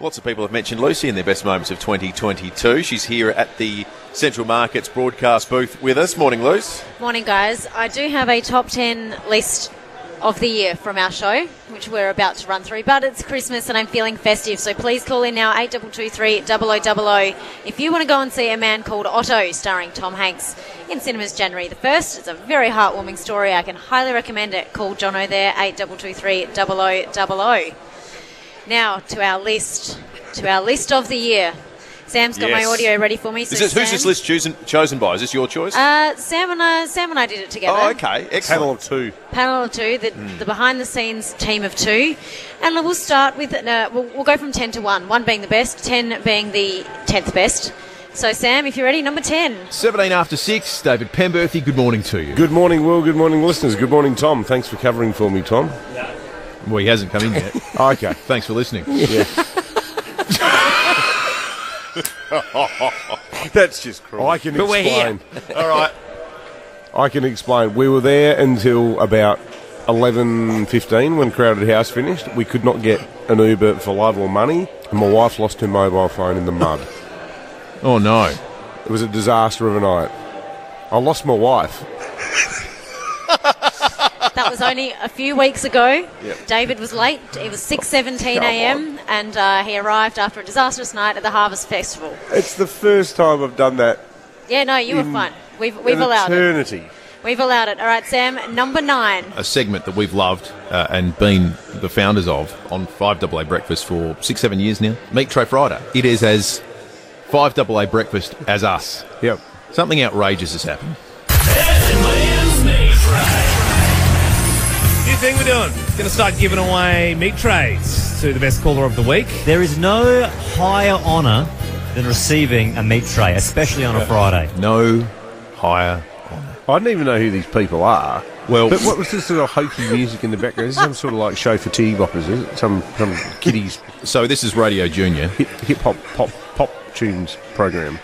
Lots of people have mentioned Lucy in their best moments of 2022. She's here at the Central Markets broadcast booth with us. Morning, Luce. Morning, guys. I do have a top 10 list of the year from our show, which we're about to run through, but it's Christmas and I'm feeling festive, so please call in now 8223 0000 if you want to go and see A Man Called Otto, starring Tom Hanks, in cinemas January the 1st. It's a very heartwarming story. I can highly recommend it. Call Jono there, 8223 0000. Now to our list, to our list of the year. Sam's got Yes. my audio ready for me. So Is this, who's Sam- this list chosen, chosen by? Is this your choice? Uh, Sam and I, Sam and I did it together. oh, okay. Panel Excellent. of two. Panel of two, the, Hmm. the behind-the-scenes team of two, and we'll start with uh, we'll, we'll go from ten to one. One being the best, ten being the tenth best. So Sam, if you're ready, number ten. 17 after 6, David Pemberthy, good morning to you. Good morning, Will. Good morning, listeners. Good morning, Tom. Thanks for covering for me, Tom. Well, he hasn't come in yet. Okay. Thanks for listening. That's just cruel. I can But we're explain. All right. I can explain. We were there until about 11.15 when Crowded House finished. We could not get an Uber for love or money, and my wife lost her mobile phone in the mud. Oh, no. It was a disaster of a night. I lost my wife. That was only a few weeks ago. David was late. It was 6:17 a.m. and uh, he arrived after a disastrous night at the Harvest Festival. It's the first time I've done that Yeah, no, you were In- fine. We've we've in allowed it. eternity. We've allowed it. All right, Sam, number nine. Uh, A segment that we've loved uh, and been the founders of on 5AA Breakfast for six, seven years now. Meat Tray Friday. It is as 5AA Breakfast as us. Yep. Something outrageous has happened. New thing we're doing. Going to start giving away meat trays to the best caller of the week. There is no higher honour than receiving a meat tray, especially on a Friday. No higher. I don't even know who these people are. Well- but what was this sort of hokey music in the background? Is this some sort of like show for tea boppers? Is it some some kiddies So this is Radio Junior. hip hip hop pop pop tunes program?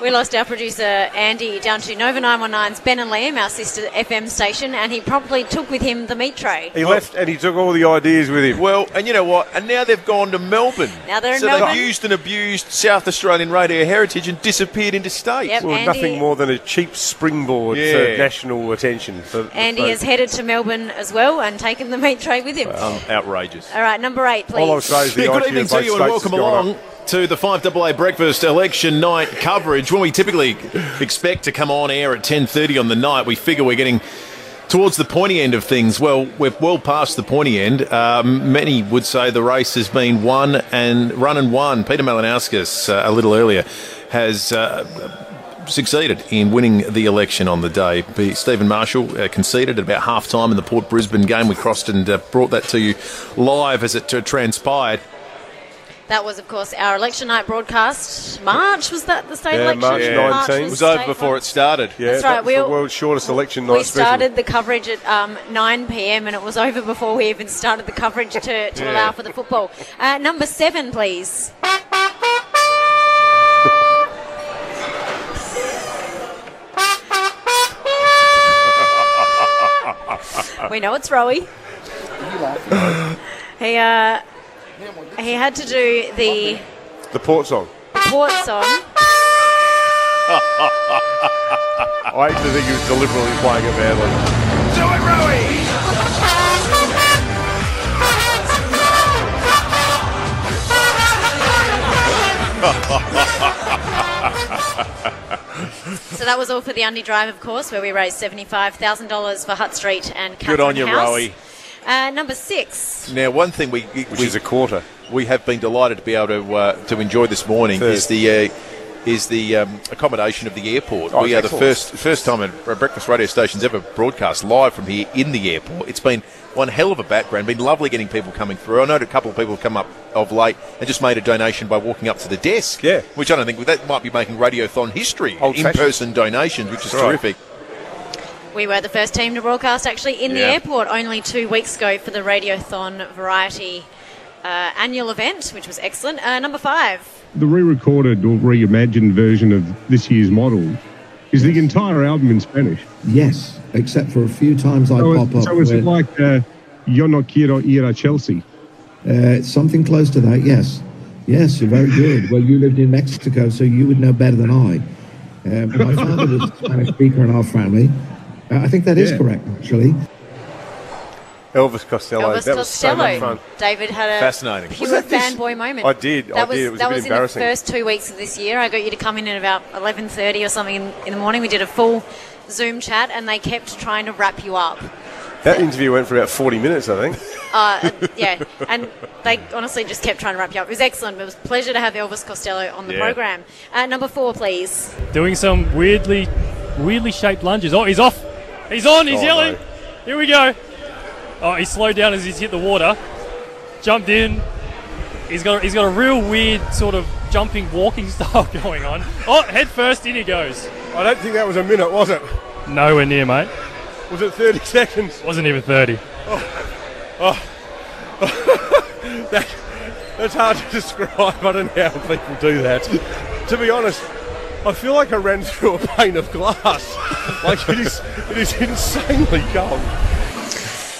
We lost our producer Andy down to Nova 919's Ben and Liam, our sister FM station, and he promptly took with him the meat tray. He left and he took all the ideas with him. Well, and you know what? And now they've gone to Melbourne. Now they're in so Melbourne. they've used and abused South Australian radio heritage and disappeared into state. Yep. Well, Andy- nothing more than a cheap springboard Yeah. for national attention. For the Andy folk. has headed to Melbourne as well and taken the meat tray with him. Outrageous. All right, number eight, please. All I'll say is the Yeah, IQ good evening of to both you and states welcome has gone up. along to the 5AA Breakfast election night coverage. When we typically expect to come on air at 10.30 on the night, we figure we're getting towards the pointy end of things. Well, we're well past the pointy end. Um, many would say the race has been won and run and won. Peter Malinowskis, uh, a little earlier, has uh, succeeded in winning the election on the day. Be- Stephen Marshall uh, conceded at about half time in the Port Brisbane game. We crossed and uh, brought that to you live as it uh, transpired. That was, of course, our election night broadcast. March was that the state Yeah, election? March Yeah. 19. It It was the over state before one. it started. Yeah, That's that right, was we'll- the world's shortest election night We special. started the coverage at um, 9 p.m. and it was over before we even started the coverage to, to allow for the football. Uh, number seven, please. we know it's Rowie. He uh, he had to do the the port song. port song. I actually think he was deliberately playing it badly. So that was all for the Undy Drive, of course, where we raised seventy-five thousand dollars for Hutt Street and Catherine Good on you, House. Rowie. Uh, number six. Now, one thing we Which we, is a quarter. we have been delighted to be able to uh, to enjoy this morning Third. is the. Uh, is the um, accommodation of the airport? Oh, we it's are the excellent. first first time a breakfast radio station's ever broadcast live from here in the airport. It's been one hell of a background. Been lovely getting people coming through. I know a couple of people have come up of late and just made a donation by walking up to the desk. Yeah. which I don't think that might be making radiothon history. Old-fashioned. In-person donations, which is That's right. terrific. We were the first team to broadcast actually in the Yeah. airport only two weeks ago for the Radiothon Variety uh, annual event, which was excellent. Uh, number five. The re recorded or reimagined version of this year's model is the entire album in Spanish. Yes, except for a few times I So, pop it, up. so is it where- like uh, Yo no quiero ir a Chelsea? Uh, something close to that, yes. Yes, you're very good. Well, you lived in Mexico, so you would know better than I. Um, my father was a Spanish speaker in our family. Uh, I think that is Yeah. correct, actually. Elvis Costello. Elvis that was so Costello. much fun. David had a Fascinating. pure Was that this- fanboy moment. I did, I That was did. It was a that bit was embarrassing. in the first two weeks of this year. I got you to come in at about eleven thirty or something in, in the morning. We did a full Zoom chat, and they kept trying to wrap you up. That interview went for about 40 minutes, I think. Uh, yeah, and they honestly just kept trying to wrap you up. It was excellent. It was a pleasure to have Elvis Costello on the Yeah. program. Uh, number four, please. doing some weirdly, weirdly shaped lunges. Oh, he's off. He's on. He's Oh, yelling. no. Here we go. Oh, he slowed down as he's hit the water. Jumped in. He's got he's got a real weird sort of jumping walking style going on. Oh, head first in he goes. I don't think that was a minute, was it? Nowhere near, mate. Was it 30 seconds? Wasn't even thirty. That's hard to describe. I don't know how people do that. to be honest, I feel like I ran through a pane of glass. like, it is, it is insanely cold.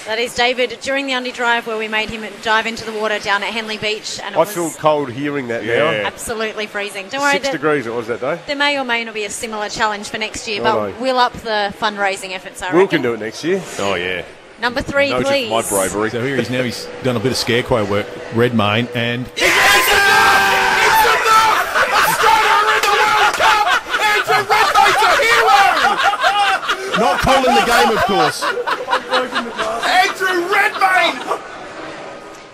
That is David during the Undy Drive, where we made him dive into the water down at Henley Beach, and it I was feel cold hearing that Yeah. absolutely freezing. Don't now. worry, Six that- degrees it was that day. There may or may not be a similar challenge for next year, but Oh, no. we'll up the fundraising efforts. I Will reckon. can do it next year. Oh, yeah. Number three, Noted please. my bravery. So here he's now. He's done a bit of scarecrow work. Redmayne and not calling the game, of course.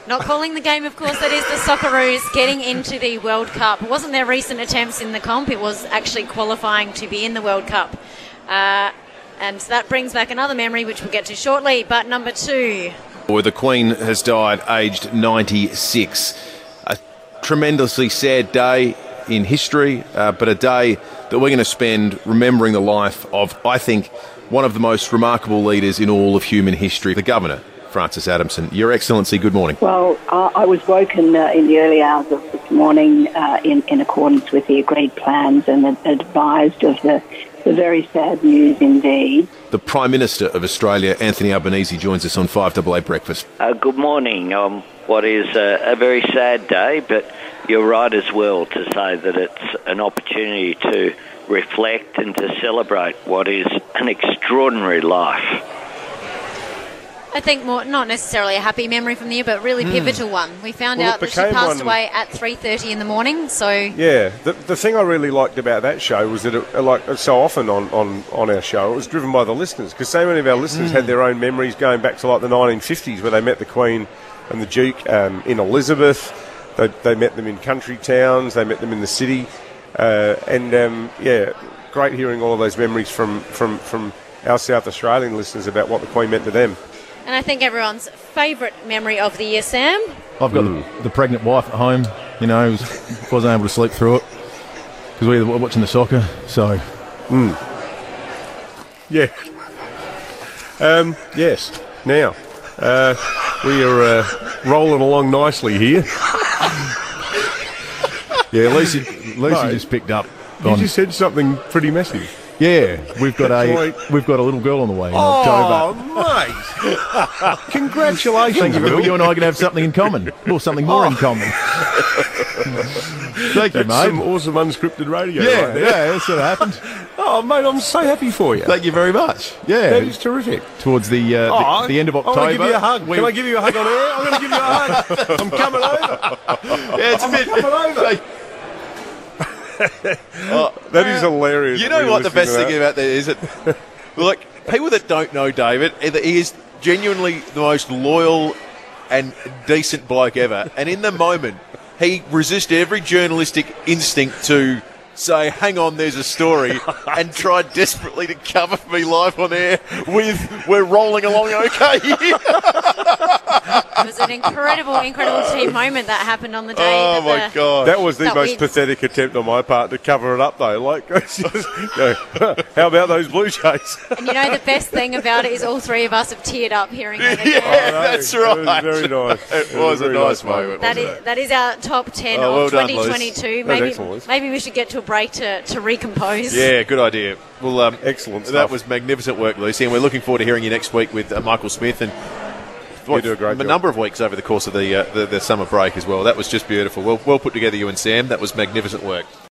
Not calling the game, of course, that is the Socceroos getting into the World Cup. It wasn't their recent attempts in the comp, it was actually qualifying to be in the World Cup. Uh, and so that brings back another memory, which we'll get to shortly. But number two, Well, the Queen has died aged 96. A tremendously sad day in history, uh, but a day that we're going to spend remembering the life of, I think, one of the most remarkable leaders in all of human history, the Governor, Francis Adamson. Your Excellency, good morning. Well, I I was woken uh, in the early hours of this morning uh, in, in accordance with the agreed plans and ad- advised of the, the very sad news indeed. The Prime Minister of Australia, Anthony Albanese, joins us on 5AA Breakfast. Uh, good morning on what is a, a very sad day, but you're right as well to say that it's an opportunity to reflect and to celebrate what is an extraordinary life. I think more not necessarily a happy memory from the year, but really pivotal one. We found Hmm. Well, out it that she became passed one- away at 3.30 in the morning, so Yeah, the, the thing I really liked about that show was that, it, uh, like so often on, on, on our show, it was driven by the listeners because so many of our listeners had their own memories going back to like the 1950s where they met the Queen and the Duke um, in Elizabeth. They, they met them in country towns, they met them in the city, uh, and um, yeah, great hearing all of those memories from, from, from our South Australian listeners about what the Queen meant to them. And I think everyone's favourite memory of the year, Sam. I've got the, the pregnant wife at home, you know, who's, wasn't able to sleep through it because we were watching the soccer, so. Yeah. Um, yes. Now, uh, we are uh, rolling along nicely here. Yeah, Lucy, Lucy Mate. just picked up. You On, just said something pretty massive. yeah, we've got That's a right. we've got a little girl on the way in October. mate! Congratulations, Thank you, Oh. Will. You and I are going to have something in common, or something more in common. Thank you, mate. Some awesome unscripted radio. yeah, yeah, right there. that's what happened. Oh, mate, I'm so happy for you. Thank you very much. that Yeah, is terrific. Oh, towards the uh, the, the end of October. I want to give you a hug. we- Can I give you a hug on air? I'm going to give you a hug. I'm coming over. yeah, it's a bit. Coming over. Oh. that is hilarious. You know We're what the listening best to thing that. about that is? It, look, people that don't know David, eh, he is genuinely the most loyal and decent bloke ever. And in the moment, he resisted every journalistic instinct to say, hang on, there's a story, and tried desperately to cover me live on air with, we're rolling along okay. It was an incredible, incredible team moment that happened on the day. oh, that my the- God. That was the That most we- pathetic attempt on my part to cover it up, though. Like, it's just- no. how about those Blue Jays? And you know the best thing about it is all three of us have teared up hearing it. again. Yeah, that's That was right. very nice. It was a very nice moment. That wasn't is, that is our top 10 Oh, well of done, Liz. 2022. That was maybe, excellent, Liz. maybe we should get to a break to, to recompose. Yeah, good idea. Well, um, Excellent That stuff. was magnificent work, Lucy, and we're looking forward to hearing you next week with uh, Michael Smith and what, do a great a job. number of weeks over the course of the, uh, the the summer break as well. That was just beautiful. Well, well put together, you and Sam. That was magnificent work.